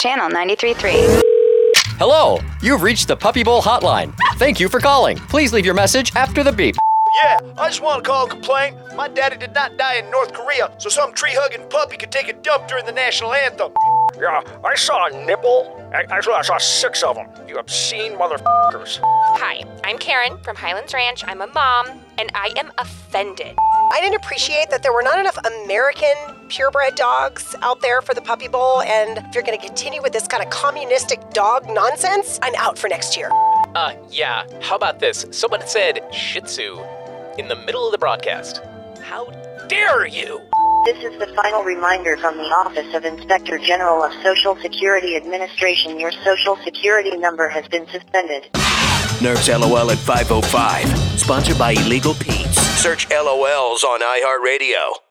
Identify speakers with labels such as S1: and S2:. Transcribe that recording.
S1: Channel 93.3.
S2: Hello, you've reached the Puppy Bowl hotline. Thank you for calling. Please leave your message after the beep.
S3: Yeah, I just want to call and complain. My daddy did not die in North Korea, so some tree hugging puppy could take a dump during the national anthem. Yeah, I saw a nipple. I, actually, I saw six of them. You obscene motherfuckers.
S4: Hi, I'm Karen from Highlands Ranch. I'm a mom, and I am offended.
S5: I didn't appreciate that there were not enough American purebred dogs out there for the puppy bowl. And if you're going to continue with this kind of communistic dog nonsense, I'm out for next year.
S6: Uh, yeah. How about this? Someone said Shih Tzu in the middle of the broadcast. How dare you!
S7: This is the final reminder from the Office of Inspector General of Social Security Administration. Your Social Security number has been suspended.
S8: Nerf's LOL at 505. Sponsored by Illegal Pete's. Search LOLs on iHeartRadio.